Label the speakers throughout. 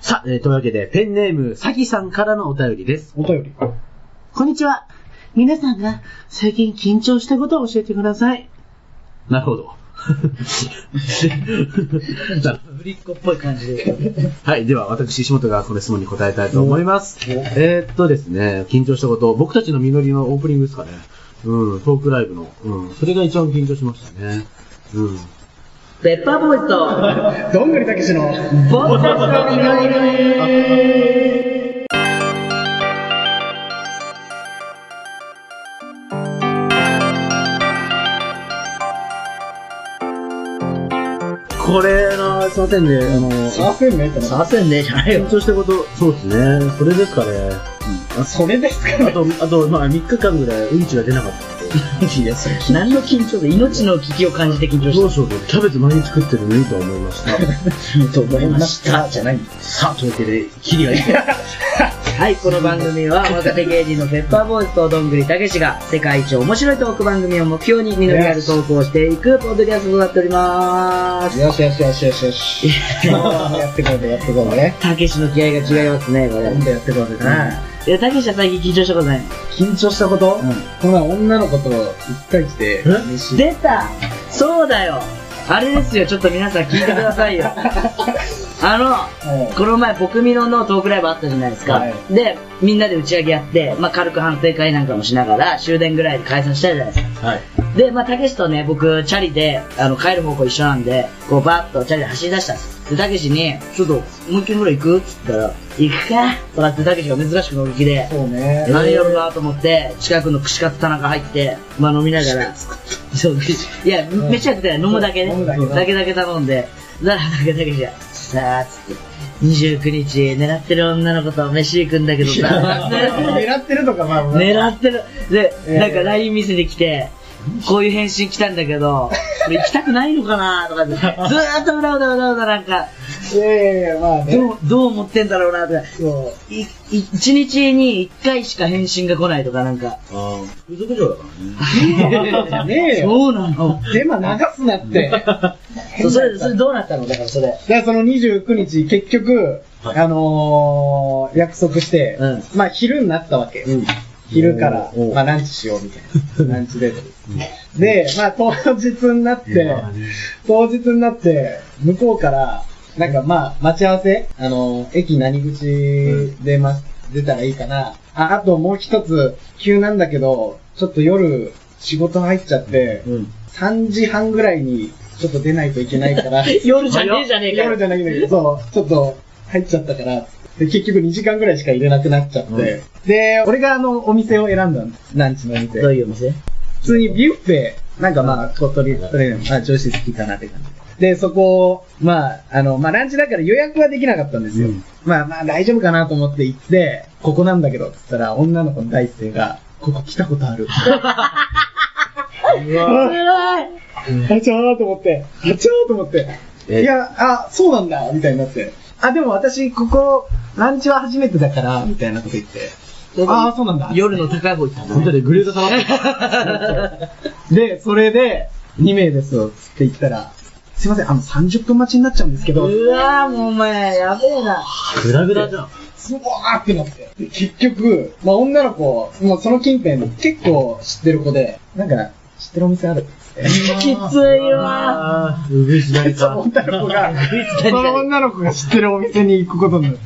Speaker 1: さあ、えーというわけで、ペンネーム、さきさんからのお便りです。
Speaker 2: お便り。
Speaker 1: こんにちは。皆さんが最近緊張したことを教えてください。なるほど。 なるほど
Speaker 3: ぶりっ子っぽい感じで。
Speaker 1: はい。では、私、石本がこの質問に答えたいと思います。えーっとですね、緊張したこと、僕たちの実りのオープニングですかね。うん、トークライブの。うん、それが一番緊張しましたね。うん。
Speaker 3: ペッパーボーイズと、
Speaker 2: どんぐりたけしの。
Speaker 3: 僕たちの実りに。
Speaker 1: これの、すいませんね、あの、
Speaker 2: させんねってな。
Speaker 3: させんねじゃないよ
Speaker 1: 緊。張したこと、そうですね、それですかね。
Speaker 2: それですか
Speaker 1: あ
Speaker 2: ね。
Speaker 1: と、あと、まあ、3日間ぐらいうんちが出なかったので。
Speaker 3: いや、それ何の緊張で、命の危機を感じて緊張
Speaker 1: ど
Speaker 3: し
Speaker 1: うしようと、キャベツ毎日食ってるのいいとは思いました。
Speaker 3: た。と思いました。
Speaker 2: じゃないんだ
Speaker 1: さあ、というわけで、キリがいい。
Speaker 3: はい、この番組は若手芸人のペッパーボーイズとどんぐりたけしが世界一面白いトーク番組を目標に実りある投稿していくポッドキャストとなっております。
Speaker 2: よしよしよしよしよし。やってこうでやってこうね。
Speaker 3: たけしの気合が違いますね、これ。
Speaker 2: 今度やってこうでね。
Speaker 3: いや、たけしは最近緊張したことない。
Speaker 2: 緊張したこと
Speaker 3: ん
Speaker 2: この前女の子と一回来て、飯
Speaker 3: 出たそうだよあれですよ、ちょっと皆さん聞いてくださ いよ。あ
Speaker 2: うん
Speaker 3: の、この前、僕みののトークライブあったじゃないですか。
Speaker 2: はい
Speaker 3: で、みんなで打ち上げやって、まあ、軽く反省会なんかもしながら、終電ぐらいで解散したじゃないですか。
Speaker 1: はい。
Speaker 3: で、まあ、たけしとね、僕、チャリで、あの、帰る方向一緒なんで、こう、バーッとチャリで走り出したんです。で、たけしに、ちょっと、もう一軒ぐらい行くっつったら、行くかとかって、たけしが珍しく乗り気で、
Speaker 2: そうね。
Speaker 3: 何やろうなと思って、近くの串カツ田中入って、まあ飲みながら、そう、いや、
Speaker 2: ん
Speaker 3: めちゃくちゃ飲むだけ
Speaker 2: 飲むだけ
Speaker 3: ね、
Speaker 2: ね
Speaker 3: だけだけ頼んで、だからだけだけじゃ、さあ、つって。29日狙ってる女の子と飯行くんだけどさ、
Speaker 2: 狙ってるとか、まあ、
Speaker 3: 狙ってる。で、
Speaker 2: えー
Speaker 3: なんか LINE 見せてきて、こういう返信来たんだけど、俺行きたくないのかなとかって、ずーっとうだうだうだうだなんか、
Speaker 2: いやいやいや、まあね。
Speaker 3: どう、どう思ってんだろうなとか、
Speaker 2: そう。
Speaker 3: いい一日に一回しか返信が来ないとかなんか、
Speaker 1: ああ、風俗嬢だからね。
Speaker 2: じゃねえよ。
Speaker 3: そうなの。
Speaker 2: デマ流すなって。だか
Speaker 3: そうそれ、それどうなったのだからそれ。
Speaker 2: らその29日、結局、
Speaker 1: はい
Speaker 2: あのー、約束して、
Speaker 3: うん
Speaker 2: まあ昼になったわけ。
Speaker 3: うん。
Speaker 2: 昼から
Speaker 1: おうお、う
Speaker 2: まあランチしようみた いな。ランチデート。で、まあ当日になって、当日になって、向こうから、なんかまあ、待ち合わせあの、駅何口で、ま、出たらいいかな。あ、あともう一つ、急なんだけど、ちょっと夜、仕事入っちゃって、
Speaker 1: うん。
Speaker 2: 3時半ぐらいに、ちょっと出ないといけない から、
Speaker 3: 夜じゃねえじゃねえか
Speaker 2: 夜
Speaker 3: よ。
Speaker 2: じゃないんだけど、そう、ちょっと、入っちゃったから、で、結局2時間ぐらいしか入れなくなっちゃって、
Speaker 1: う
Speaker 2: で、俺があの、お店を選んだんです。ランチのお店。
Speaker 3: どういうお店
Speaker 2: 普通にビュッフェ、なんかまあ、鳥取、それでも、まあ、女子好きかなって感じ。で、そこを、まあ、あの、まあ、ランチだから予約はできなかったんですよ。
Speaker 1: うん
Speaker 2: まあまあ、大丈夫かなと思って行って、ここなんだけど、って言ったら、女の子の第一声が、ここ来たことある。
Speaker 1: うわ
Speaker 3: 偉 い
Speaker 2: あちゃーと思って、あちゃーと思って、
Speaker 1: え
Speaker 2: いや、あ、そうなんだ、みたいになって、あ、でも私、ここ、ランチは初めてだから、みたいなこと言って、ああ、そうなんだ。
Speaker 3: 夜の高い方行ったの
Speaker 1: 本当にグレード下がった。
Speaker 2: で、それで、2名ですよ、つって言ったら、すいません、あの、30分待ちになっちゃうんですけど、
Speaker 3: うわぁ、もうお前、やべえな。
Speaker 1: グラグラじゃん。
Speaker 2: すわーってなって。で結局、まあ、女の子、もうその近辺、結構知ってる子で、なんか、知ってるお店あるっつって。
Speaker 3: きついわ
Speaker 1: ああ、うぐいしない
Speaker 2: そ
Speaker 1: か
Speaker 2: の。女の子が、
Speaker 3: 何
Speaker 2: その女の子が知ってるお店に行くことになって。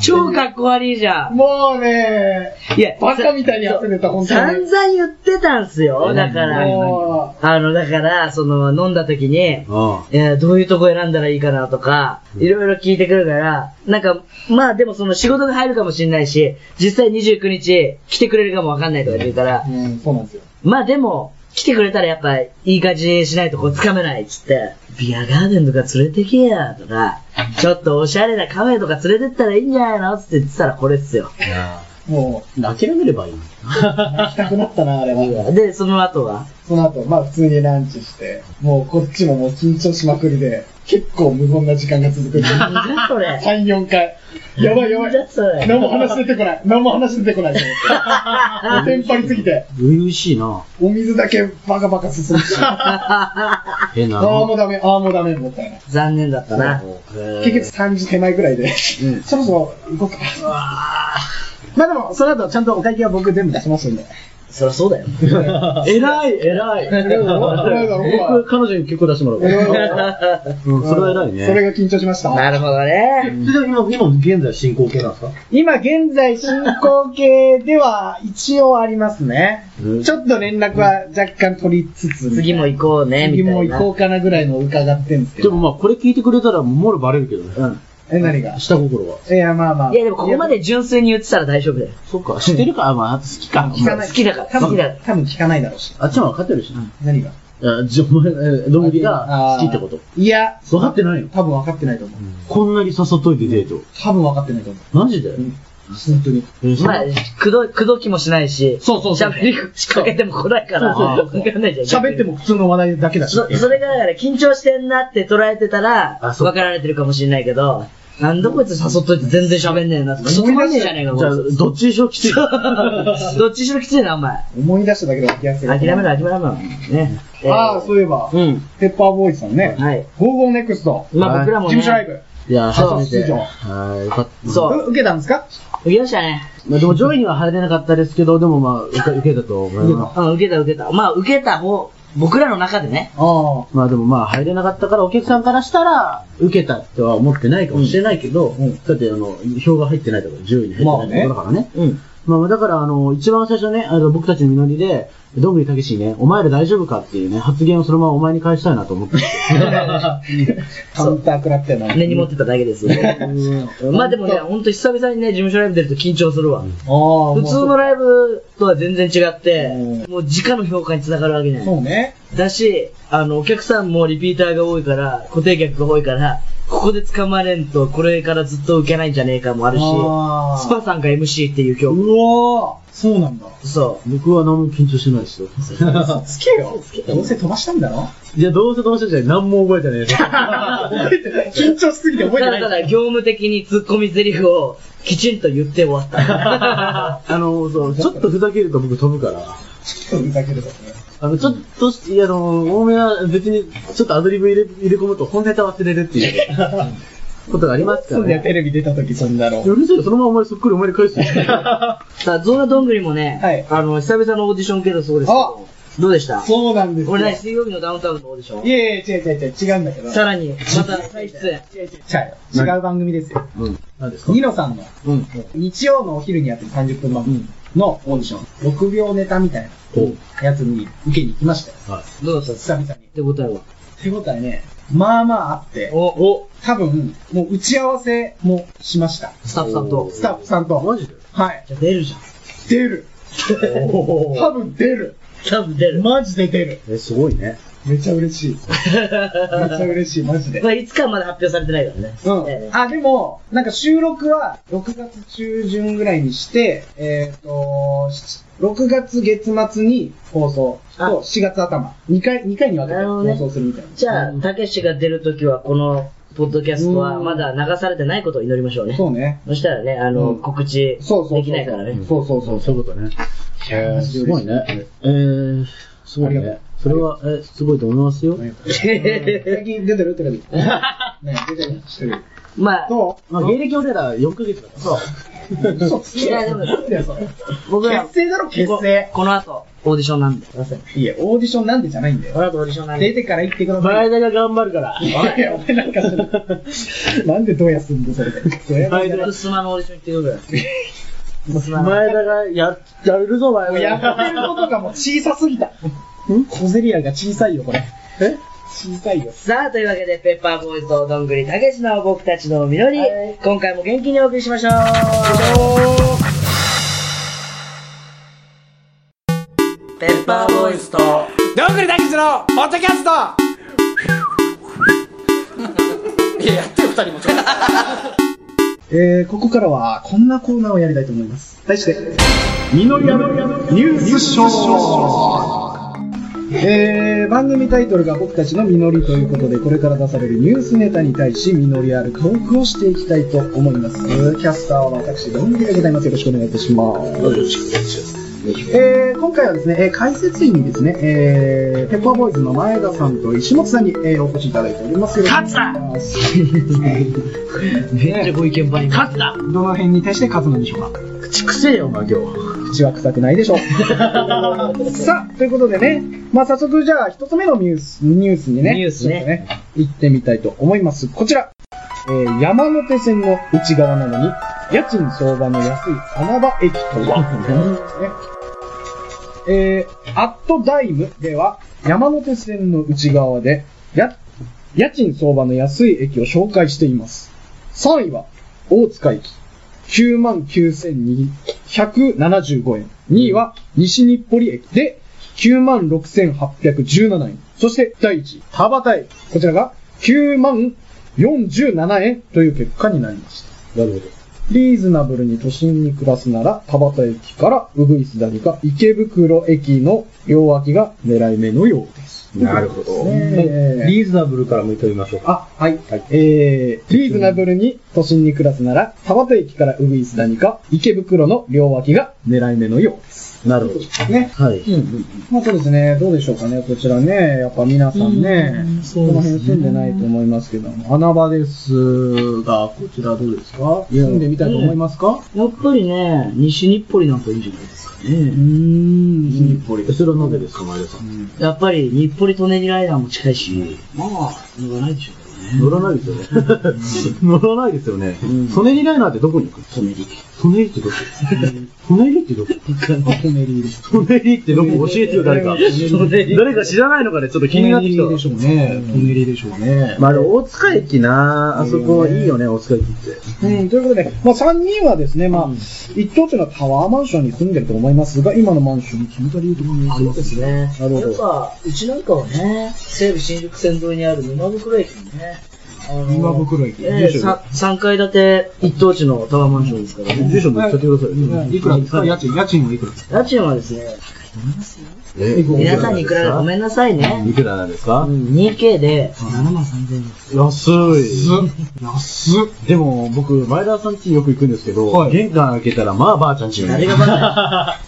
Speaker 3: 超かっこ悪いじゃん。
Speaker 2: もうね
Speaker 3: いや、
Speaker 2: バカみたいに汗出た、本当
Speaker 3: 散
Speaker 2: に。
Speaker 3: 々言ってたんすよ。だから、
Speaker 2: も
Speaker 3: あの、だから、その、飲んだ時に、
Speaker 1: あ
Speaker 3: えーどういうとこ選んだらいいかなとか、いろいろ聞いてくるから、なんか、まあでもその仕事が入るかもしれないし、実際29日来てくれるかもわかんないとか言うから
Speaker 2: う、、うん、そうなんですよ。
Speaker 3: まあでも、来てくれたらやっぱいい感じにしないとこうつかめないっつって、ビアガーデンとか連れてけやとか、ちょっとおしゃれなカフェとか連れてったらいいんじゃないのっつって言ってたらこれっすよ。
Speaker 1: あ。いや
Speaker 2: も
Speaker 1: ー諦めればいい。
Speaker 2: う、泣きたくなったな、あれは。
Speaker 3: で、その後は、
Speaker 2: その後、まあ普通にランチして、もうこっちももう緊張しまくりで、結構無言な時間が続くんです。
Speaker 3: なんだそれ。
Speaker 2: 3、4回。やばいやばい
Speaker 3: なん。だそ れ。
Speaker 2: 何も話出てこない。何も話出てこない。テンパりすぎて。
Speaker 1: 初々しいな。
Speaker 2: お水だけバカバカ進むし。
Speaker 1: 変な
Speaker 2: ああ、もうダメ、ああ、もうダメ、もったいない。
Speaker 3: 残念だったな。
Speaker 2: 結局3時手前ぐらいで、そろそろ動くか。まあでも、その後ちゃんとお会計は僕全部出しますんで。
Speaker 3: そりゃそうだよ。
Speaker 1: 偉い、偉い。僕、彼女に結構出してもらうから。うん、それは偉いね。
Speaker 2: それが緊張しました。
Speaker 3: なるほどね。
Speaker 4: それでも今、今現在進行形なんですか
Speaker 2: 今現在進行形では一応ありますね。
Speaker 1: うん
Speaker 2: ちょっと連絡は若干取りつつ。
Speaker 3: 次も行こうね、み
Speaker 2: 次
Speaker 3: たいな。
Speaker 2: も行こうかなぐらいの伺ってんですけ
Speaker 1: で
Speaker 2: ど。
Speaker 1: もまあ、これ聞いてくれたら、もろバレるけどね。
Speaker 2: え、何が
Speaker 1: 下心は。
Speaker 2: いや、まあまあ。
Speaker 3: いや、でもここま
Speaker 2: い
Speaker 3: で純粋に言ってたら大丈夫だよ。
Speaker 1: そっか、知ってるか、まあ、好きか。
Speaker 2: 聞かない。
Speaker 3: 好きだから
Speaker 2: 多分
Speaker 3: 好きだから
Speaker 2: 多分聞かないだろうし。
Speaker 1: あっちは分かってるしな。
Speaker 2: 何が
Speaker 1: あじゃあ、お前、えーどんぐりが好きってこと。
Speaker 2: いや、
Speaker 1: 分かってないよ。
Speaker 2: 多分分かってないと思う。
Speaker 1: こんなに誘っといてデート。
Speaker 2: 多分分かってないと思う。
Speaker 1: マジで
Speaker 2: 本当に。
Speaker 1: えそん
Speaker 3: ま
Speaker 1: な
Speaker 3: あ、くど、くどきもしないし、
Speaker 2: そうそうそう
Speaker 3: 喋りかけても来ないから、
Speaker 1: そうそう
Speaker 3: わかんないじゃん。
Speaker 2: 喋っても普通の話題だけだし。
Speaker 3: そ、それがだから緊張してんなって捉えてたら、
Speaker 1: あそう
Speaker 3: 分かられてるかもしれないけど、なんだこいつ誘っといて全然喋んねえなとか、そこまんねえじゃねえか、こ
Speaker 1: じゃあ
Speaker 3: い、
Speaker 1: どっちにしろきつい。
Speaker 3: つ どっちにしろきついな、お前。
Speaker 2: 思い出しただけで気がする。
Speaker 3: 諦めろ、諦めろ。ね。
Speaker 2: ああ、そういえば
Speaker 3: う。、うん。
Speaker 2: ペッパーボーイズさんね。
Speaker 3: はい。
Speaker 2: ゴーゴーネクスト。事
Speaker 3: まあ僕らもね
Speaker 2: 務所ライブ。
Speaker 1: いや、
Speaker 3: そう
Speaker 1: 初めて。
Speaker 2: 出場
Speaker 1: はい、よかった。
Speaker 3: そう
Speaker 2: う受けたんですか
Speaker 3: 受けましたね。
Speaker 1: まあ、でも上位には入れなかったですけど、でもまあ、受け受けたと思います。
Speaker 3: うん、受けた、受けた。まあ、受けた方、僕らの中でね。
Speaker 2: ああ。
Speaker 1: まあでもまあ、入れなかったから、お客さんからしたら、受けたっては思ってないかもしれないけど、
Speaker 2: うんうん
Speaker 1: だってあの、票が入ってないとか、上位に入ってないところだからね。
Speaker 3: うん。
Speaker 1: まあだから、あの、一番最初ね、あの僕たちの実りで、どんぐりたけしにね、お前ら大丈夫かっていうね、発言をそのままお前に返したいなと思 って。
Speaker 2: カウンター食らってない。
Speaker 3: 根に持ってただけですよ。まあでもね、ほんと久々にね、事務所ライブ出ると緊張するわ。
Speaker 2: ああ、
Speaker 3: 普通の
Speaker 2: ラ
Speaker 3: ライブとは全然違って
Speaker 2: う、
Speaker 3: もう直の評価につながるわけじゃない。
Speaker 2: そうね。
Speaker 3: だし、あの、お客さんもリピーターが多いから、固定客が多いから、ここで捕まれんと、これからずっと受けないんじゃねえかもあるし、
Speaker 2: あー
Speaker 3: スパさんが MC っていう
Speaker 2: う
Speaker 3: 曲。
Speaker 2: わーそうなんだ。
Speaker 3: そ
Speaker 1: 僕は何も緊張してないですよ。
Speaker 2: つけよ。どうせ飛ばしたんだ ろ
Speaker 1: いや、どうせどうせじゃない何も覚えてないです。
Speaker 2: 覚えてない緊張しすぎて
Speaker 3: う。
Speaker 2: 覚え
Speaker 3: た
Speaker 2: て
Speaker 3: だた
Speaker 2: ない。
Speaker 3: だ業務的に突っ込み台詞をきちんと言って終わった。
Speaker 1: あの、そう、ちょっとふざけると僕飛ぶから。
Speaker 2: ちょっとふざけるとね。
Speaker 1: あの、ちょっとし、いや、あの、多めは別に、ちょっとアドリブ入れ入れ込むと本ネタ忘れるっていう ことがありますか
Speaker 2: そ
Speaker 1: ら
Speaker 2: うだよ、
Speaker 1: ね。
Speaker 2: テレビ出た時そんなの
Speaker 1: い。やうるせえよ、そのままお前そっくりお前に返すよ。
Speaker 3: さあ、ゾーナどんぐりもね、
Speaker 2: はい
Speaker 3: あの、久々のオーディション受けたそうですけど、どうでした
Speaker 2: そうなんですよ。
Speaker 3: これね、水曜日のダウンタウンのオーディシ
Speaker 2: い
Speaker 3: ョ
Speaker 2: やいや、違う違う違う、違うんだけど。
Speaker 3: ン。さらに、また再出演。
Speaker 2: 違う違う違う違う番組ですよ。
Speaker 1: うん。何ですか
Speaker 2: ニノさんの
Speaker 1: うん。
Speaker 2: 日曜のお昼にやってる30分番組のオーディション、6秒ネタみたい
Speaker 1: お
Speaker 2: なやつに受けに行きましたよ。
Speaker 1: はい。
Speaker 3: どうだったっす
Speaker 2: 久々に。
Speaker 3: って答えは。
Speaker 2: 手応えね、まあまああって、
Speaker 3: お、お、
Speaker 2: 多分、もう打ち合わせもしました。
Speaker 3: スタッフさんと。
Speaker 2: スタッフさんと。
Speaker 1: マジで
Speaker 2: はい。
Speaker 3: じゃあ出るじゃん。
Speaker 2: 出る。多分出る。
Speaker 3: 多分出る。
Speaker 2: マジで出る。
Speaker 1: え、すごいね。
Speaker 2: めちゃ嬉しい。めちゃ嬉しい、マジで
Speaker 3: ま。あ、いつかはまだ発表されてないからね。
Speaker 2: うん。あ、でも、なんか収録は6月中旬ぐらいにして、えっ、と、し6月月末に放送
Speaker 3: あ
Speaker 2: と4月頭、2回、二回に分け
Speaker 3: な
Speaker 2: て
Speaker 3: るほ
Speaker 2: 放
Speaker 3: どね
Speaker 2: 送するみたいな。
Speaker 3: じゃあ、たけしが出るときは、この、ポッドキャストは
Speaker 2: うん
Speaker 3: まだ流されてないことを祈りましょうね。
Speaker 2: そうね。
Speaker 3: そしたらね、あの、
Speaker 2: うん
Speaker 3: 告知
Speaker 2: そうそうそう。
Speaker 3: できないからね。
Speaker 2: そうそうそう。
Speaker 1: そういうことね。
Speaker 2: へー
Speaker 1: すごいね。えー、すごい
Speaker 2: ありが
Speaker 1: ね。それは、え、すごいと思いますよ。
Speaker 2: 最近出てるテレビ。ね、出てるしてる。
Speaker 3: まあ、
Speaker 2: ど
Speaker 1: まあ、芸歴俺ら4ヶ月だから。そう。
Speaker 2: う嘘つけ
Speaker 3: い
Speaker 2: よ。
Speaker 3: やでも
Speaker 2: なんだよ、それ。
Speaker 3: 僕ら
Speaker 2: 結、成だろ、結
Speaker 3: こ
Speaker 2: 成。
Speaker 3: この後、オーディションなんで。
Speaker 2: いや、オーディションなんでじゃないんだ
Speaker 3: こ
Speaker 2: よ。
Speaker 3: の後オーディションなん
Speaker 2: 出
Speaker 3: で。
Speaker 2: てから行ってください。
Speaker 1: 前田が頑張るから。
Speaker 2: いやいや、お前なんかそれ、なんでどうやすんだ、それで。ドヤ顔じゃない
Speaker 3: ふすまのオーディション行ってくるから。
Speaker 1: 前田がや、やるぞ、前田。
Speaker 2: やってることがもう小さすぎた。小競り合いが小さいよ、これ。
Speaker 1: え
Speaker 2: 小さいよ。
Speaker 3: さあ、というわけで、ペッパーボーイズとどんぐりたけしの僕たちの実り、今回も元気にお送りしましょう。ペッパーボーイズと
Speaker 5: どんぐりたけしのポッドキャストいややってよ二人もちょっと
Speaker 2: えー、ここからは、こんなコーナーをやりたいと思います。題して、みのりやのニュースショー。えー、番組タイトルが僕たちの実りということで、これから出されるニュースネタに対し、実りあるトークをしていきたいと思います。キャスターは私、どんぐりでございます。よろしくお願いいたします。えー今回はですね、えー解説員にですね、えー、ペッパーボーイズの前田さんと石本さんに、えーお越しいただいております。勝つ
Speaker 3: めっちゃご意見番に勝った
Speaker 2: どの辺に対して勝つのでしょうか
Speaker 3: 口くせえよ、お前今日。
Speaker 2: 口は臭くないでし ょう。さあ、ということでね、まあ早速じゃあ一つ目のニュース、ニュースにね、
Speaker 3: ニュースね
Speaker 2: ちょっと行ってみたいと思います。こちら。えー山手線の内側なのに、家賃相場の安い穴場駅とは、ね、えー、アットダイムでは、山手線の内側で、や、家賃相場の安い駅を紹介しています。3位は、大塚駅。99,275円。2位は、西日暮里駅で、96,817円。そして、第1位、田端駅。こちらが、90,047円という結果になりました。
Speaker 1: なるほど。
Speaker 2: リーズナブルに都心に暮らすなら、田端駅からウグイス谷か池袋駅の両脇が狙い目のようです。
Speaker 1: なるほど。
Speaker 2: ね
Speaker 4: リーズナブルから向いておりましょうか。
Speaker 2: あ、はい。えー、リーズナブルに都心に暮らすなら、田端駅からウグイス谷か、池袋の両脇が狙い目のようです。
Speaker 1: なるほど。
Speaker 2: ね。
Speaker 1: はい。
Speaker 2: うんうん。まあそうですね。どうでしょうかね。こちらね。やっぱ皆さんね。この辺住んでないと思いますけども。穴場ですが、こちらどうですか住んでみたいと思いますか
Speaker 3: やっぱりね、西日暮里なんかいいんじゃないですか
Speaker 2: う
Speaker 3: ね。
Speaker 2: ん。西日暮里。
Speaker 1: それはなんでですか、前田さん。
Speaker 3: やっぱり日暮里・舎人ライナーも近いし、まあ、言わないでしょうけどね。
Speaker 1: 乗らないですよね。乗らないですよね。ソネリライナーってどこに行く
Speaker 3: 舎人。
Speaker 1: ソネリってどこソネリってどこ
Speaker 2: トネリーです。
Speaker 1: ソネリってどこ教えてよ、誰か。誰か知らないのかね、ちょっと気になってき
Speaker 2: で
Speaker 1: た。
Speaker 2: しょうね。トネリーでしょうね。
Speaker 1: まあ、大塚駅なあそこいいよね、大塚駅って。
Speaker 2: うん、ということで、まあ、3人はですね、まあ、一等地のタワーマンションに住んでると思いますが、今のマンションに決めた理由と考え
Speaker 3: あ、
Speaker 2: て
Speaker 3: そ
Speaker 2: ま。
Speaker 3: うですすね。
Speaker 2: なるほど
Speaker 3: やっぱ、うちなんかはね、西武新宿線沿いにある沼袋駅にね、あの
Speaker 2: 沼袋駅
Speaker 3: ええ
Speaker 2: 住所
Speaker 3: さ三3階建て一等地のタワーマンションですからね。
Speaker 1: 住所も言っちゃってくださいよ。
Speaker 2: いくらですか家賃、家賃はいくらですか
Speaker 3: 家賃はですね、
Speaker 1: え
Speaker 3: 皆さんにいくらかごめんなさいね。
Speaker 1: いくらなんですか
Speaker 3: うん 2K で7万3000円。
Speaker 1: 安い。
Speaker 2: 安っ。
Speaker 1: でも、僕、前田さん家よく行くんですけど、
Speaker 2: はい
Speaker 1: 玄関開けたら、まあばあちゃん家
Speaker 3: 誰が
Speaker 1: よ。
Speaker 3: バカ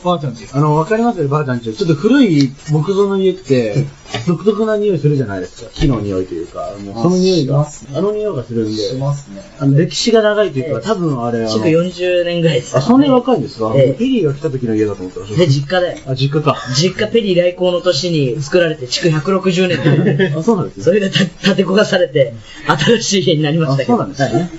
Speaker 2: ばあちゃんです。
Speaker 1: あの、わかりますよ、ばあちゃん家。ちょっと古い木造の家って、独特な匂いするじゃないですか。木の匂いというか、もうその匂い
Speaker 2: しま
Speaker 1: が
Speaker 2: す、
Speaker 1: あの匂いがするんで、
Speaker 2: ますね。
Speaker 1: あの歴史が長いというか、多分あれ、あの
Speaker 3: 築40年ぐらいですか
Speaker 1: あ、
Speaker 3: らね。
Speaker 1: そんなに若いんですか、
Speaker 3: ええ
Speaker 1: ペリーが来た時の家だと思ってまし
Speaker 3: で、実家で。
Speaker 1: た。あ、実家か。
Speaker 3: 実家ペリー来航の年に作られて、築160年で、
Speaker 1: あ、そうなんです
Speaker 3: そ
Speaker 1: ね。
Speaker 3: れがた建て焦がされて、新しい家になりまし
Speaker 1: あ、
Speaker 3: たけ
Speaker 1: そ
Speaker 3: ど。
Speaker 1: うなんです
Speaker 3: はい
Speaker 1: ね。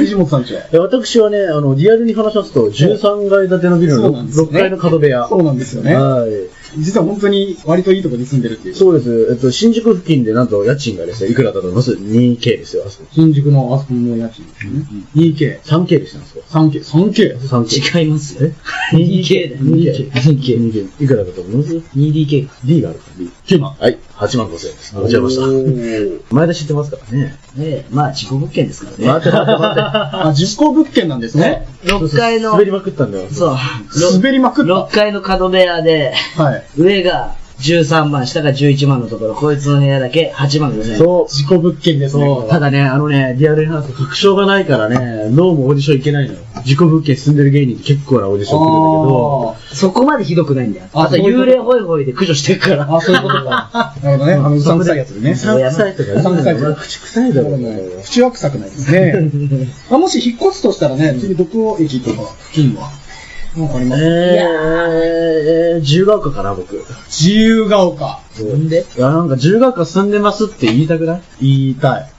Speaker 2: 西本さんちは
Speaker 1: え私はね、あの、リアルに話しますと、13階建てのビル
Speaker 2: そ
Speaker 1: の
Speaker 2: うなんですね
Speaker 1: 6, 階の角部屋。
Speaker 2: そうなんですよね。
Speaker 1: はい。
Speaker 2: 実は本当に割といいところに住んでるっていう。
Speaker 1: そうです。えっと、新宿付近でなんと家賃がですね、いくらだと思います ?2K ですよ、あそこ。
Speaker 2: 新宿のあそこの家賃ですね。2K、
Speaker 1: 3K でした、あそこ。
Speaker 2: 3K、3K。
Speaker 1: 3K。
Speaker 3: 違いますよ。2K だよ。2K。2K。
Speaker 1: 2K。いくらだと思います
Speaker 3: 2DK か。
Speaker 1: ?D があるから、D。
Speaker 2: 9万。
Speaker 1: はい。8万5千円です。落ちました。前田知ってますからね。
Speaker 3: で、まあ、事故物件ですからね。
Speaker 1: 待って待 って待って。
Speaker 2: あ、実行物件なんですね。
Speaker 3: 6階の
Speaker 1: 滑、りまくったんだよ。
Speaker 3: そう、
Speaker 2: 滑りまくった。
Speaker 3: 6階の角部屋で、
Speaker 2: はい。
Speaker 3: 上が13万、下が11万のところ、こいつの部屋だけ8万ですね。
Speaker 1: そう。
Speaker 2: 自己物件ですね。
Speaker 1: そう、ただね、あのね、リアルに話すと確証がないからね、どうもオーディション行けないのよ。自己物件住んでる芸人って結構なオーディション来るんだけど、
Speaker 2: あ
Speaker 3: そこまでひどくないんだよ。
Speaker 2: あ
Speaker 3: あ
Speaker 2: そ
Speaker 3: と
Speaker 2: ういうこと
Speaker 3: 幽霊ホイホイで駆除してるから。
Speaker 2: あ、そういうことか。なるほどね。あの、うさんくさいやつでね。
Speaker 1: 臭いとか、
Speaker 2: うさんくさいとか
Speaker 1: 俺口臭いだろうね。
Speaker 2: 口は臭くないです ね。あもし引っ越すとしたらね、次、独王駅とか付近は。なんかあります
Speaker 1: えー、自由が丘かな、僕。
Speaker 2: 自由が丘。
Speaker 3: んで
Speaker 1: いや、なんか自由が丘住んでますって言いたくない
Speaker 2: 言い たい。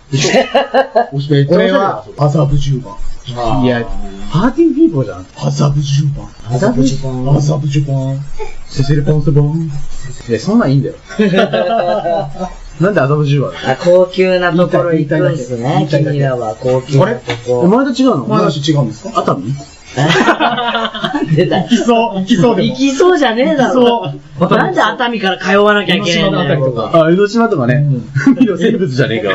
Speaker 2: 俺
Speaker 1: 俺
Speaker 2: は、麻布十番。
Speaker 1: いや、パーティーピーポーじゃん。
Speaker 2: 麻布十番。
Speaker 1: 麻布十
Speaker 2: 番。麻布十番。
Speaker 1: セセルポンスボン。いや、そんなんいいんだよ。なんで麻布十番だ
Speaker 3: あ、高級なところ行くんす
Speaker 2: 言
Speaker 3: ね
Speaker 2: い。たいだけ
Speaker 3: 君らは高級なと
Speaker 1: お
Speaker 3: こ。
Speaker 1: 前と違うの
Speaker 2: お前の話違うんですか
Speaker 1: 熱海
Speaker 3: 出たよ。
Speaker 2: そう、行きそ
Speaker 3: 行きそうじゃねえだろ。なんで熱海から通わなきゃいけないんだ
Speaker 2: 江ノ島の辺りと
Speaker 3: よ。
Speaker 2: か
Speaker 1: あ、江ノ島とかね。海の生物じゃねえか。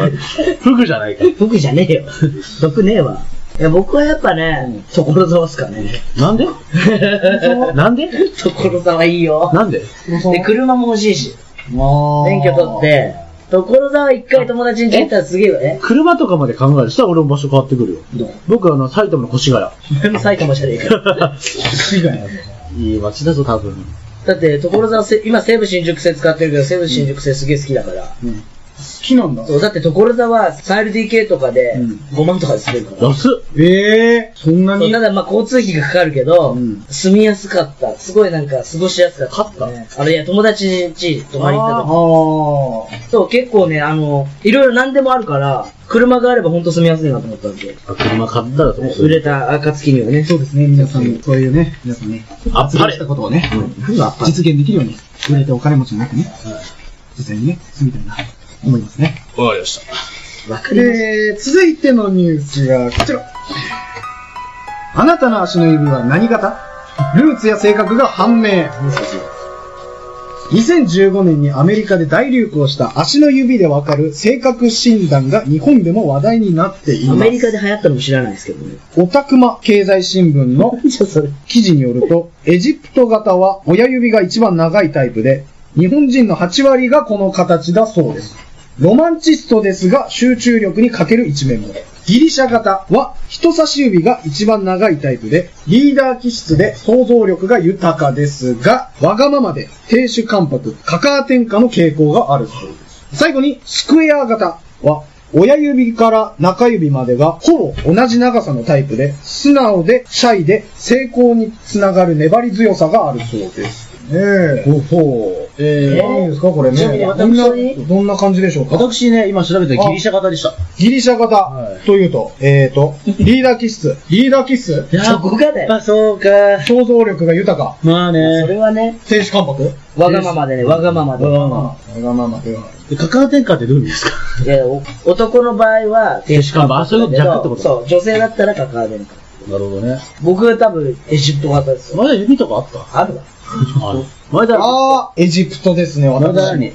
Speaker 1: 服じゃないか。
Speaker 3: 僕じゃねえよ。僕ねえわ。いや、僕はやっぱね、所沢っすかね。
Speaker 1: なんでなんで
Speaker 3: 所沢いいよ。
Speaker 1: なんで
Speaker 3: で、車も欲しいし。
Speaker 2: あ
Speaker 3: 免許取っ。て、所沢一回友達に行ったらすげえ よね。
Speaker 1: 車とかまで考えるとしたら俺も場所変わってくるよ。僕あの、埼玉の越谷。
Speaker 3: 埼玉じゃねえから。
Speaker 2: 市外なんだ
Speaker 1: いい街だぞ、多分。
Speaker 3: だって、所沢せ、今西武新宿線使ってるけど、西武新宿線すげえ好きだから。
Speaker 2: 好きなんだ。
Speaker 3: そう、だって所沢、サイル DK とかで、5万とかで住めるから。
Speaker 1: 安っ
Speaker 2: ええー、そんな
Speaker 3: そう
Speaker 2: に
Speaker 3: ただまあ交通費がかかるけど、
Speaker 2: ん
Speaker 3: 住みやすかった。すごいなんか過ごしやすかった、ね。あれいや、友達ん家泊まりに行った
Speaker 2: あ
Speaker 3: 時。
Speaker 2: あ。
Speaker 3: そう、結構ね、あの、いろいろ何でもあるから、車があれば本当住みやすいなと思ったんで。
Speaker 1: あ車買ったらそこ
Speaker 3: 売れた暁にはね。
Speaker 2: そうですね、皆さんもそういうね、皆さんね、
Speaker 1: あっぱれ
Speaker 2: したことをね、
Speaker 3: なんだあ
Speaker 2: 実現できるように、売れてお金持ちになってね、実際にね、住みたいな、思いますね。
Speaker 1: わかりました。
Speaker 3: わかります。
Speaker 2: で、続いてのニュースがこちら。あなたの足の指は何型ルーツや性格が判明。2015年にアメリカで大流行した足の指でわかる性格診断が日本でも話題になってい
Speaker 3: ア
Speaker 2: ま
Speaker 3: メ
Speaker 2: す。
Speaker 3: リカで流行ったのも知らないですけどね。
Speaker 2: オタクマ経済新聞の
Speaker 3: じゃそれ。
Speaker 2: 記事によると、エジプト型は親指が一番長いタイプで、日本人の8割がこの形だそうです。ロマンチストですが、集中力に欠ける一面も。ギリシャ型は人差し指が一番長いタイプで、リーダー気質で想像力が豊かですが、わがままで亭主関白、カカア天下の傾向があるそうです。最後に、スクエア型は、親指から中指までがほぼ同じ長さのタイプで、素直でシャイで成功につながる粘り強さがあるそうです。ねえ。
Speaker 1: ほうほう。え
Speaker 3: え
Speaker 1: ー、
Speaker 2: 何ですかこれ
Speaker 1: ちなみに
Speaker 2: ね。どんな、
Speaker 1: 私
Speaker 2: どんな感じでしょうか
Speaker 1: 私ね、今調べたらギリシャ型でした。
Speaker 2: ギリシャ型というと、えーと、リーダー気質。リーダー気質
Speaker 3: そこがだよ。
Speaker 4: そうか。
Speaker 2: 想像力が豊か。
Speaker 4: まあ
Speaker 3: そ
Speaker 4: ね。
Speaker 3: れはね、
Speaker 2: 亭主関白
Speaker 3: わがままでね、わがままで。
Speaker 2: わがままでは。
Speaker 4: カカア転換ってどういう意味ですか
Speaker 3: いやお男の場合は、
Speaker 1: 亭主関白あそういうこと逆ってこと
Speaker 3: そう、女性だったらカカア殿下。
Speaker 1: なるほどね。
Speaker 3: 僕は多分、エジプト型ですよ。
Speaker 4: まだ指とかあった
Speaker 3: あるわ。
Speaker 1: はい。前田、
Speaker 2: あー、エジプトですね、
Speaker 1: 前田
Speaker 2: 私。
Speaker 1: 何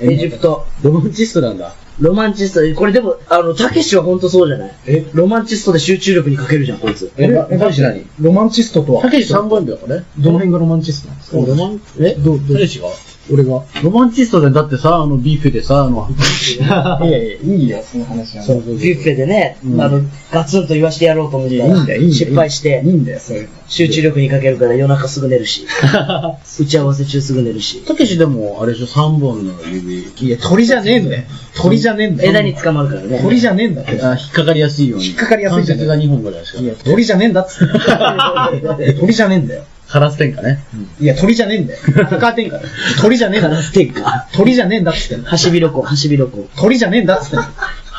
Speaker 3: エジプト。
Speaker 1: ロマンチストなんだ。
Speaker 3: ロマンチスト。これでも、あの、たけしは本当そうじゃないえロマンチストで集中力に欠けるじゃん、こいつ。
Speaker 1: え、たけし何
Speaker 2: ロマンチストとは
Speaker 1: たけし3番目だからね。
Speaker 2: どの辺がロマンチストなんですか
Speaker 1: ロマン、えどう、たけしが
Speaker 2: 俺が。
Speaker 1: ロマンチストで、だってさ、あの、ビーフェでさ、あの、
Speaker 2: いやいや、いいよ、その話は。
Speaker 1: そうそう
Speaker 3: ビュッフェでね、あの、ガツンと言わしてやろうと思った
Speaker 2: いやいいんだよいいんだ
Speaker 3: ら、
Speaker 2: よ
Speaker 3: 失敗し
Speaker 2: いい
Speaker 3: て、
Speaker 2: んだよ、それ。
Speaker 3: 集中力に欠けるから夜中すぐ寝るし、打ち合わせ中すぐ寝るし。
Speaker 1: たけしでも、あれでしょ、3本の指。
Speaker 2: いや、鳥じゃねえんだよ。鳥じゃねえんだよ。
Speaker 3: 枝に捕まるからね。
Speaker 2: 鳥じゃねえんだって。
Speaker 1: あ、引っかかりやすいように。
Speaker 2: 引っかかりやすいじゃん
Speaker 1: 関節が2本ぐらいしか
Speaker 2: い。や、鳥じゃねえんだっつって。 鳥じゃねえんだよ。
Speaker 1: カラス天下ね。
Speaker 2: いや、鳥じゃねえんだよ。カカア天下だよ。 鳥じゃねえん
Speaker 3: カ
Speaker 2: だ
Speaker 3: ラ
Speaker 2: よ。
Speaker 3: ステッカ
Speaker 2: 鳥じゃねえんだっつってん
Speaker 3: ー。
Speaker 2: の。
Speaker 3: はしびろこ、はしびろこ。
Speaker 2: 鳥じゃねえんだっつってんの。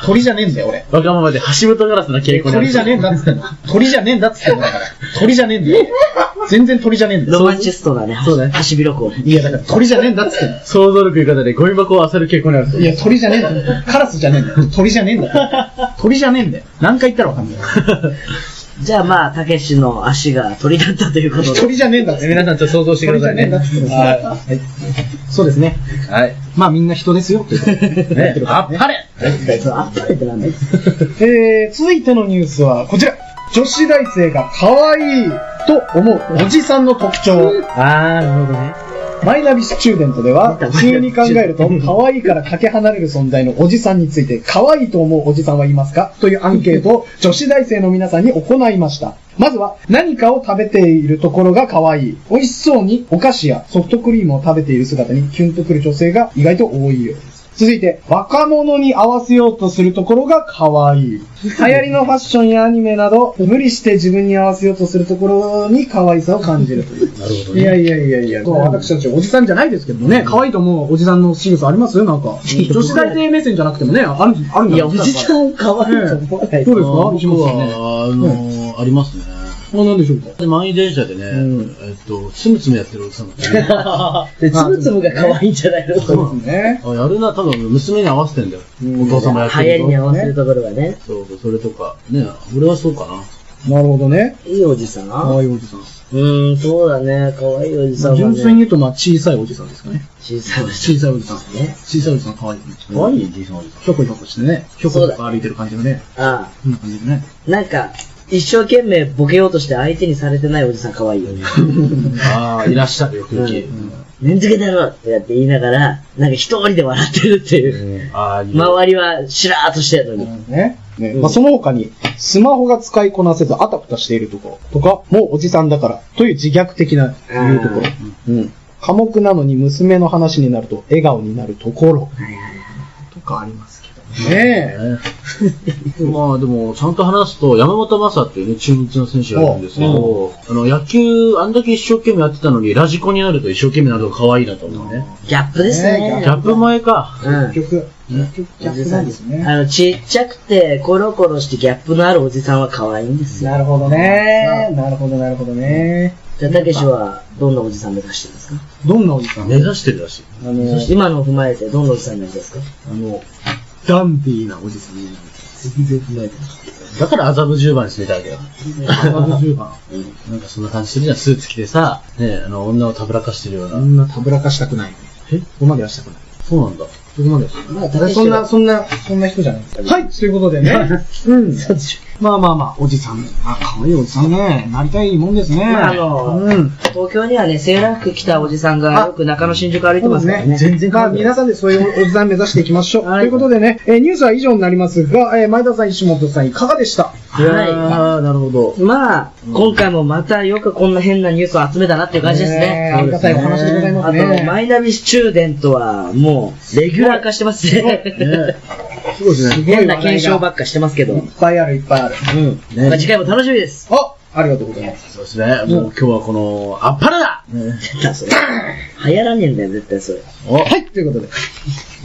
Speaker 2: 鳥じゃねえんだよ、俺。
Speaker 1: わがままで、橋本ガラスの傾向にある。
Speaker 2: 鳥じゃねえんだっつってんの。鳥じゃねえんだっつってんの。だから鳥じゃねえんだよ。全然鳥じゃねえんだ
Speaker 3: ロ
Speaker 2: よ。
Speaker 3: マンチストだね。
Speaker 1: そうね
Speaker 3: はしびろこ。
Speaker 2: いや、だから鳥じゃねえんだっつってんの。
Speaker 1: 想像力豊かで、ゴミ箱を漁る傾向にある。
Speaker 2: いや、鳥じゃねえんだよ。カラスじゃねえんだよ。鳥じゃねえんだよ。鳥じゃねえんだよ。何回言ったらわかんない。
Speaker 3: じゃあまあ、たけしの足が鳥だったということで。
Speaker 2: 鳥じゃねえんだっつってんの。
Speaker 1: 皆さんちょっと想像してくださいね。
Speaker 2: はい。はいそうですね。
Speaker 1: はい。
Speaker 2: まあみんな人ですよ。
Speaker 1: ね、あっぱれ
Speaker 3: あっぱれってなんだよ
Speaker 2: えー、続いてのニュースはこちら。女子大生が可愛いと思うおじさんの特徴。
Speaker 1: あー、なるほどね。
Speaker 2: マイナビスチューデントでは、普通に考えると、可愛いからかけ離れる存在のおじさんについて、可愛いと思うおじさんはいますかというアンケートを女子大生の皆さんに行いました。まずは、何かを食べているところが可愛い。美味しそうにお菓子やソフトクリームを食べている姿にキュンとくる女性が意外と多いようです。続いて、若者に合わせようとするところが可愛い。流行りのファッションやアニメなど、無理して自分に合わせようとするところに可愛さを感じるという。
Speaker 1: なるほど
Speaker 2: い
Speaker 1: ね。
Speaker 2: やいやいやいや、私たちおじさんじゃないですけどもね、可愛いと思うおじさんの仕草ありますなんか。女子大生目線じゃなくてもね、ある、あるんだ
Speaker 3: いや、おじさん可愛いと思わない
Speaker 2: どうですか
Speaker 3: と。
Speaker 1: 僕
Speaker 2: 西本さんね。
Speaker 1: は、あのー、ありますね。
Speaker 2: あ、なんでしょうか。
Speaker 1: で満員電車でね、えっと、つむつむやってるおじさんだったね
Speaker 3: で、つぶつぶが可愛いんじゃないの
Speaker 2: そうですね。
Speaker 1: あ、やるな、多分娘に合わせてんだよ。お父様やって
Speaker 3: 流
Speaker 1: る
Speaker 3: 行りに合わせるところがね。
Speaker 1: そうそう、それとか。ね、俺はそうかな。
Speaker 2: なるほどね。
Speaker 3: いいおじさん
Speaker 2: 可
Speaker 3: う
Speaker 2: 愛いおじさん。
Speaker 3: ーん、そうだね。可愛いおじさんは
Speaker 2: 純粋に
Speaker 3: ね。
Speaker 2: 言うと、まあ、小さいおじさんですかね。
Speaker 3: 小さいおじさん
Speaker 2: 小さいおじさん。
Speaker 3: ね。
Speaker 2: 小さいおじさん可愛い。
Speaker 1: 可愛いじいさんおじさん。
Speaker 2: ひょこひょこしてね。ひょこひょこ歩いてる感じのね。
Speaker 3: あ
Speaker 2: こんな感じでね。
Speaker 3: あ、なんか、一生懸命ボケようとして相手にされてないおじさん可愛いよね。
Speaker 1: ああ、いらっしゃるよ、空気。
Speaker 3: 面付けだろってやって言いながら、なんか一人で笑ってるっていう。
Speaker 1: ああ、いい ね。
Speaker 3: 周りはしらーっとしてるのに。
Speaker 2: ね。
Speaker 6: ねまあ、その他に、スマホが使いこなせずあたふたしているところとか、もうおじさんだから、という自虐的な、いうところ。うん。寡黙なのに娘の話になると笑顔になるところ。とかありますけど。
Speaker 2: ねえ。
Speaker 1: まあでも、ちゃんと話すと、山本昌っていうね、中日の選手がいるんですけど、あの、野球、あんだけ一生懸命やってたのに、ラジコンになると一生懸命なると可愛いなと思うね。
Speaker 3: ギャップです
Speaker 1: ギ
Speaker 3: ね。
Speaker 1: ャップ前か。
Speaker 3: うん。
Speaker 2: 結局、結局、
Speaker 3: お
Speaker 2: 逆
Speaker 3: じ
Speaker 2: な
Speaker 3: さ
Speaker 2: ん
Speaker 3: ん
Speaker 2: ですね。
Speaker 3: あの、ちっちゃくて、コロコロしてギャップのあるおじさんは可愛いんですよ。
Speaker 2: なるほどね。なるほど、なるほどね。
Speaker 3: じゃあ、たけしは、どんなおじさん目指してるんですか
Speaker 6: どんなおじさん
Speaker 1: 目指してるらしい。
Speaker 2: あの、
Speaker 3: 今のを踏まえて、どんなおじさんなんですか
Speaker 6: あの、ダンディーなおじさんになる。全然踏まえてない。
Speaker 1: だから麻布十番にしてたわけよ。
Speaker 6: 70番。
Speaker 1: なんかそんな感じするじゃん。スーツ着てさ、ね、あの、女をたぶらかしてるよう
Speaker 6: あ
Speaker 1: な。
Speaker 6: んなたぶらかしたくない。えここまではしたくない。
Speaker 1: そうなんだ。
Speaker 6: そこまではしたく
Speaker 3: まあ、
Speaker 2: そんな、そんな、そんな人じゃないですか。はいということでね。
Speaker 6: ない。うん。まあまあまあ、おじさん。あ、可愛いおじさんね。なりたいもんですね。
Speaker 3: まああの
Speaker 6: うん。
Speaker 3: 東京にはね、セーラー服着たおじさんが、よく中野新宿歩いて
Speaker 2: そう
Speaker 3: ま
Speaker 2: ですす
Speaker 3: から
Speaker 2: ね。
Speaker 3: ね。
Speaker 6: 全然
Speaker 2: まあ、皆さんでそういうおじさん目指していきましょう。
Speaker 3: はい
Speaker 2: ということでね、えーニュースは以上になりますが、えー前田さん、石本さん、いかがでした
Speaker 3: は
Speaker 1: ああ、なるほど。
Speaker 3: い。まあ、今回もまたよくこんな変なニュースを集めたなっていう感じです
Speaker 2: え
Speaker 3: ね。
Speaker 2: ありがたいお話でございま
Speaker 3: あ
Speaker 2: す
Speaker 3: と、
Speaker 2: ね。
Speaker 3: マイナビスチューデントは、もう、レギュラー化してますね。
Speaker 1: ね、
Speaker 2: すごいですね。
Speaker 3: 変な検証ば
Speaker 2: っ
Speaker 3: っかしてますけど。
Speaker 2: いっぱいある、いっぱいある。
Speaker 3: まあ次回も楽しみです。
Speaker 2: あありがとうございます。
Speaker 1: そうですね。もう今日はこの、あっぱれだ
Speaker 3: 出たそれ流行らねえんだよ、絶対それ。
Speaker 2: はい、ということで。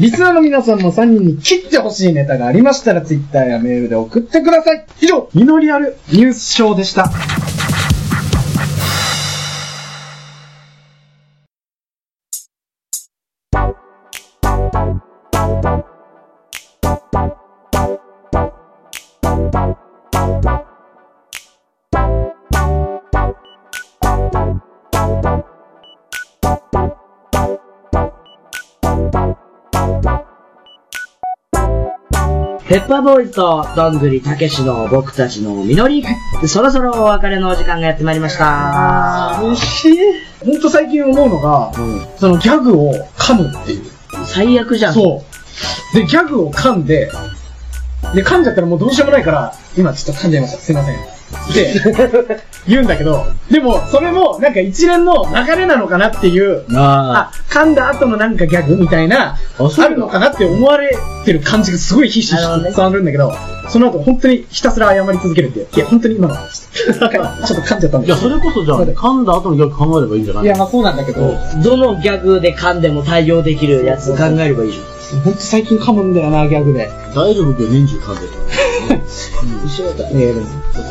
Speaker 2: リスナーの皆さんも3人に切ってほしいネタがありましたら、ツイッターやメールで送ってください。以上、実りあるニュースショーでした。
Speaker 3: ペッパーボーイズとどんぐりたけしの僕たちの実り、そろそろお別れのお時間がやってまいりました。
Speaker 2: 嬉しい。ほんと最近思うのが、そのギャグを噛むっていう。
Speaker 3: 最悪じゃん。
Speaker 2: そう。で、ギャグを噛んで、で、噛んじゃったらもうどうしようもないから、今ちょっと噛んじゃいました。すいません。 って、言うんだけど、でも、それも、なんか一連の流れなのかなっていう、
Speaker 1: あ
Speaker 2: あ、噛んだ後のなんかギャグみたいな、
Speaker 1: あ、
Speaker 2: あるのかなって思われてる感じがすごいひしひしと伝わるんだけど、その後本当にひたすら謝り続けるっていう。いや、本当に 今の、ちょっと噛んじゃったん
Speaker 1: いや、
Speaker 2: だ
Speaker 1: それこそじゃあ、噛んだ後の逆考えればいいんじゃない
Speaker 2: いや、まあそうなんだけど、
Speaker 3: どのギャグで噛んでも対応できるやつ考えればいいじゃん。
Speaker 2: ほんと最近噛むんだよな、ギャグで。
Speaker 1: 大丈夫今日年中噛んでる。
Speaker 2: えーでも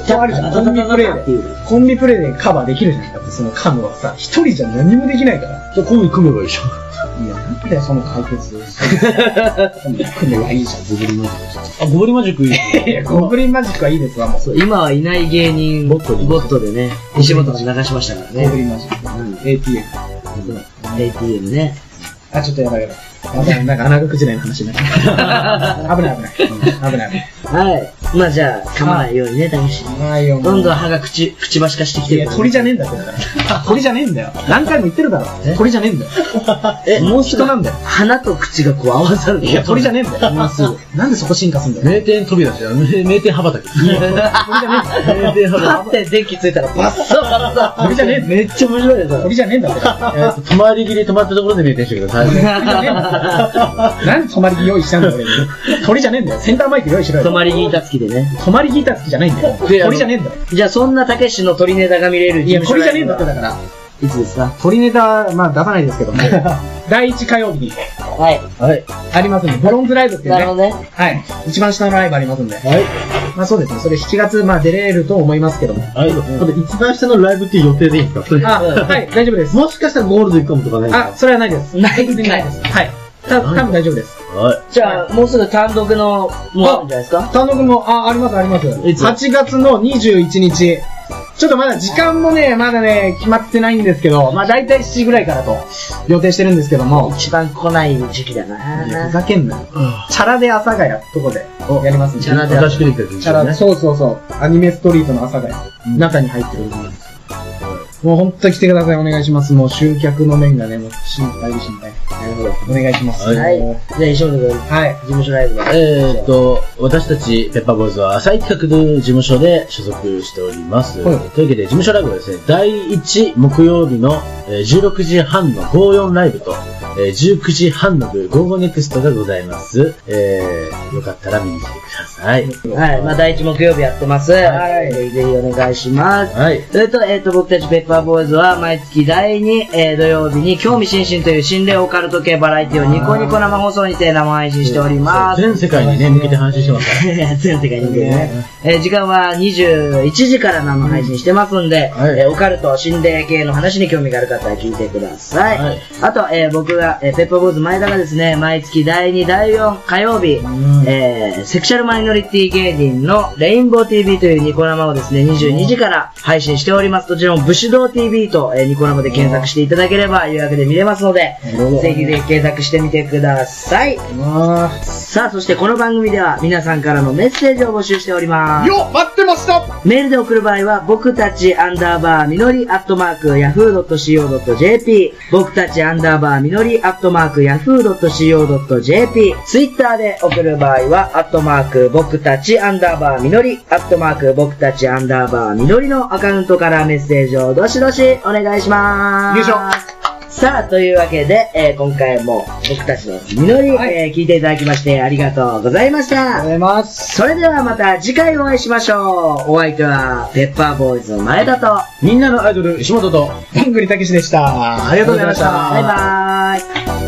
Speaker 3: じゃ
Speaker 2: あるじゃん、コンビプレイで。コンビプレイでカバーできるじゃん。だってその噛むはさ、一人じゃ何もできないから。
Speaker 1: じゃあ、コンビ組めばいいじゃん。
Speaker 2: いや、なんだよ、その解決。組めばいいじ
Speaker 1: ゴブリンマジック。あ、ゴブリンマジックいいです
Speaker 2: ゃん。いや、ゴブリンマジックはいいですわ、もう。
Speaker 3: そう今はいない芸人ボットでね、西本が流しましたから
Speaker 2: ゴブ
Speaker 3: ね。
Speaker 2: リンマジック。ATM。
Speaker 3: ATM ね。
Speaker 2: あ、ちょっとやばいやばい。またなんか穴く時代の話になっちゃう危ない危ない。危ない危ない。
Speaker 3: はい。まあじゃあ、噛まないようにね、たけし。
Speaker 2: ないよ、もう
Speaker 3: どんどん歯が口、くちばし化してきて
Speaker 2: い
Speaker 3: る
Speaker 2: や、
Speaker 3: から。
Speaker 2: 鳥じゃねえんだって、だから。鳥じゃねえんだよ。何回も言ってるだろ。鳥じゃねえんだよ。
Speaker 3: え、もう
Speaker 2: 人なんだよ。
Speaker 3: 鼻と口がこう合わさる。
Speaker 2: いや、鳥じゃねえんだよ。もうすぐ。なんでそこ進化すんだよ。
Speaker 1: 名店飛び出しだよ。名名店羽ばたき。名店
Speaker 3: パって電気ついたらバッサバッサ。
Speaker 2: 鳥じゃねえ んだよ。
Speaker 3: めっちゃ面白いですよ。
Speaker 2: 鳥じゃねえんだって。だか
Speaker 1: えっと、泊まり切り泊まったところで名店してください。
Speaker 2: らなんで泊まり木用意したんだよ、俺鳥じゃねえんだよ。センターマイク用意しろ
Speaker 3: 泊
Speaker 2: よ。
Speaker 3: まりギター付きでね。
Speaker 2: 泊まりギター好きじゃないんだよ。
Speaker 1: であの
Speaker 2: 鳥じゃねえんだよ。
Speaker 3: じゃあそんなたけしの鳥ネタが見れる
Speaker 2: いや、鳥じゃねえんだって、だから。
Speaker 3: いつですか
Speaker 2: 鳥ネタ、まあ出さないですけども。 第1火曜日に
Speaker 3: はい。
Speaker 1: はい。
Speaker 2: ありますんで、ブロンズライブっていう
Speaker 3: なる
Speaker 2: ね
Speaker 3: ほ。どね。
Speaker 2: はい。一番下のライブありますんで。
Speaker 1: はい。
Speaker 2: まあそうですね。それ7月、まあ出れると思いますけども。
Speaker 1: はい。これ一番下のライブっていう予定でいいんですか
Speaker 2: あ、はい、大丈夫です。
Speaker 1: もしかしたらゴールド行くかもとかない
Speaker 2: あ、それはないです。
Speaker 3: ないん
Speaker 2: 全然
Speaker 3: か
Speaker 2: ない
Speaker 3: い
Speaker 2: で。す。はい。た、多分大丈夫です。
Speaker 1: は
Speaker 3: じゃあ、もうすぐ単独の、もうあるんじゃないですか
Speaker 2: 単独も、あ、あります、あります。
Speaker 1: いつ
Speaker 2: 8月の21日。ちょっとまだ時間もね、まだね、決まってないんですけど、まあ大体7時ぐらいからと予定してるんですけども、
Speaker 3: 一番来ない時期だ
Speaker 2: いやふ
Speaker 3: な
Speaker 2: ざけんなよ。チャラで阿佐ヶ谷とこでやりますんで。
Speaker 3: チャラ
Speaker 1: い。
Speaker 3: で
Speaker 1: 私くできたらいいです
Speaker 2: チャ
Speaker 1: よ
Speaker 2: ラ、
Speaker 1: ね。
Speaker 2: そうそうそう。アニメストリートの阿佐ヶ谷。中に入ってる部分です。
Speaker 6: もう本当に来てください、お願いします。もう集客の面がね、もう心配で心配。
Speaker 3: なるほど。
Speaker 6: お願いします。
Speaker 3: はい
Speaker 6: も。
Speaker 3: じゃあ、石本君、事
Speaker 6: うはい。
Speaker 3: 務所ライブの。
Speaker 1: えーっと、私たち、ペッパーボーイズは、浅井企画という事務所で所属しております。
Speaker 6: はい
Speaker 1: というわけで、事務所ライブはですね、第1木曜日のえー16時半の54ライブと、えー19時半の部55ネクストがございます。えー、よかったら見に来てください。
Speaker 3: はい。まあ、第一木曜日やってます。はい。ぜひぜひお願いします。
Speaker 1: はい。
Speaker 3: それと、えっ、と、僕たちペッパーボーイズは、毎月第2、えー土曜日に、興味津々という心霊オカルト系バラエティをニコニコ生放送にて生配信しております。
Speaker 1: 全世界にね、向けて話してますか
Speaker 3: 全世界に向けてね。えー時間は21時から生配信してますんで、
Speaker 1: はい
Speaker 3: えーオカルト、心霊系の話に興味がある方は聞いてください。
Speaker 1: はい
Speaker 3: あと、えー僕が、えーペッパーボーイズ前田がですね、毎月第2、第4火曜日、えーセクシャルマイノリティ芸人のレインボー TV というニコ生をですね、22時から配信しております。どちらも武士道 TV と、えーニコ生で検索していただければ予約で見れますので、ぜひぜひ検索してみてください。さあ、そしてこの番組では皆さんからのメッセージを募集しております。
Speaker 6: よ待ってました
Speaker 3: メールで送る場合は、僕たちアンダーバーみのりアットマーク yahoo.co.jp、僕たちアンダーバーみのりアットマーク yahoo.co.jp、ツイッターで送る場合は、アットマーク僕たちアンダーバーみのり、アットマーク僕たちアンダーバーみのりのアカウントからメッセージをどしどしお願いします。
Speaker 6: よいしょ
Speaker 3: さあ、というわけで、えー今回も僕たちのみのり、
Speaker 6: はい
Speaker 3: えー聞いていただきましてありがとうございました。
Speaker 6: ございます。
Speaker 3: それではまた次回お会いしましょう。お相手は、ペッパーボーイズの前田と、
Speaker 1: ら。みんなのアイドル、石本と、
Speaker 6: どんぐりたけしでした。ありがとうございました。
Speaker 3: バイバーイ。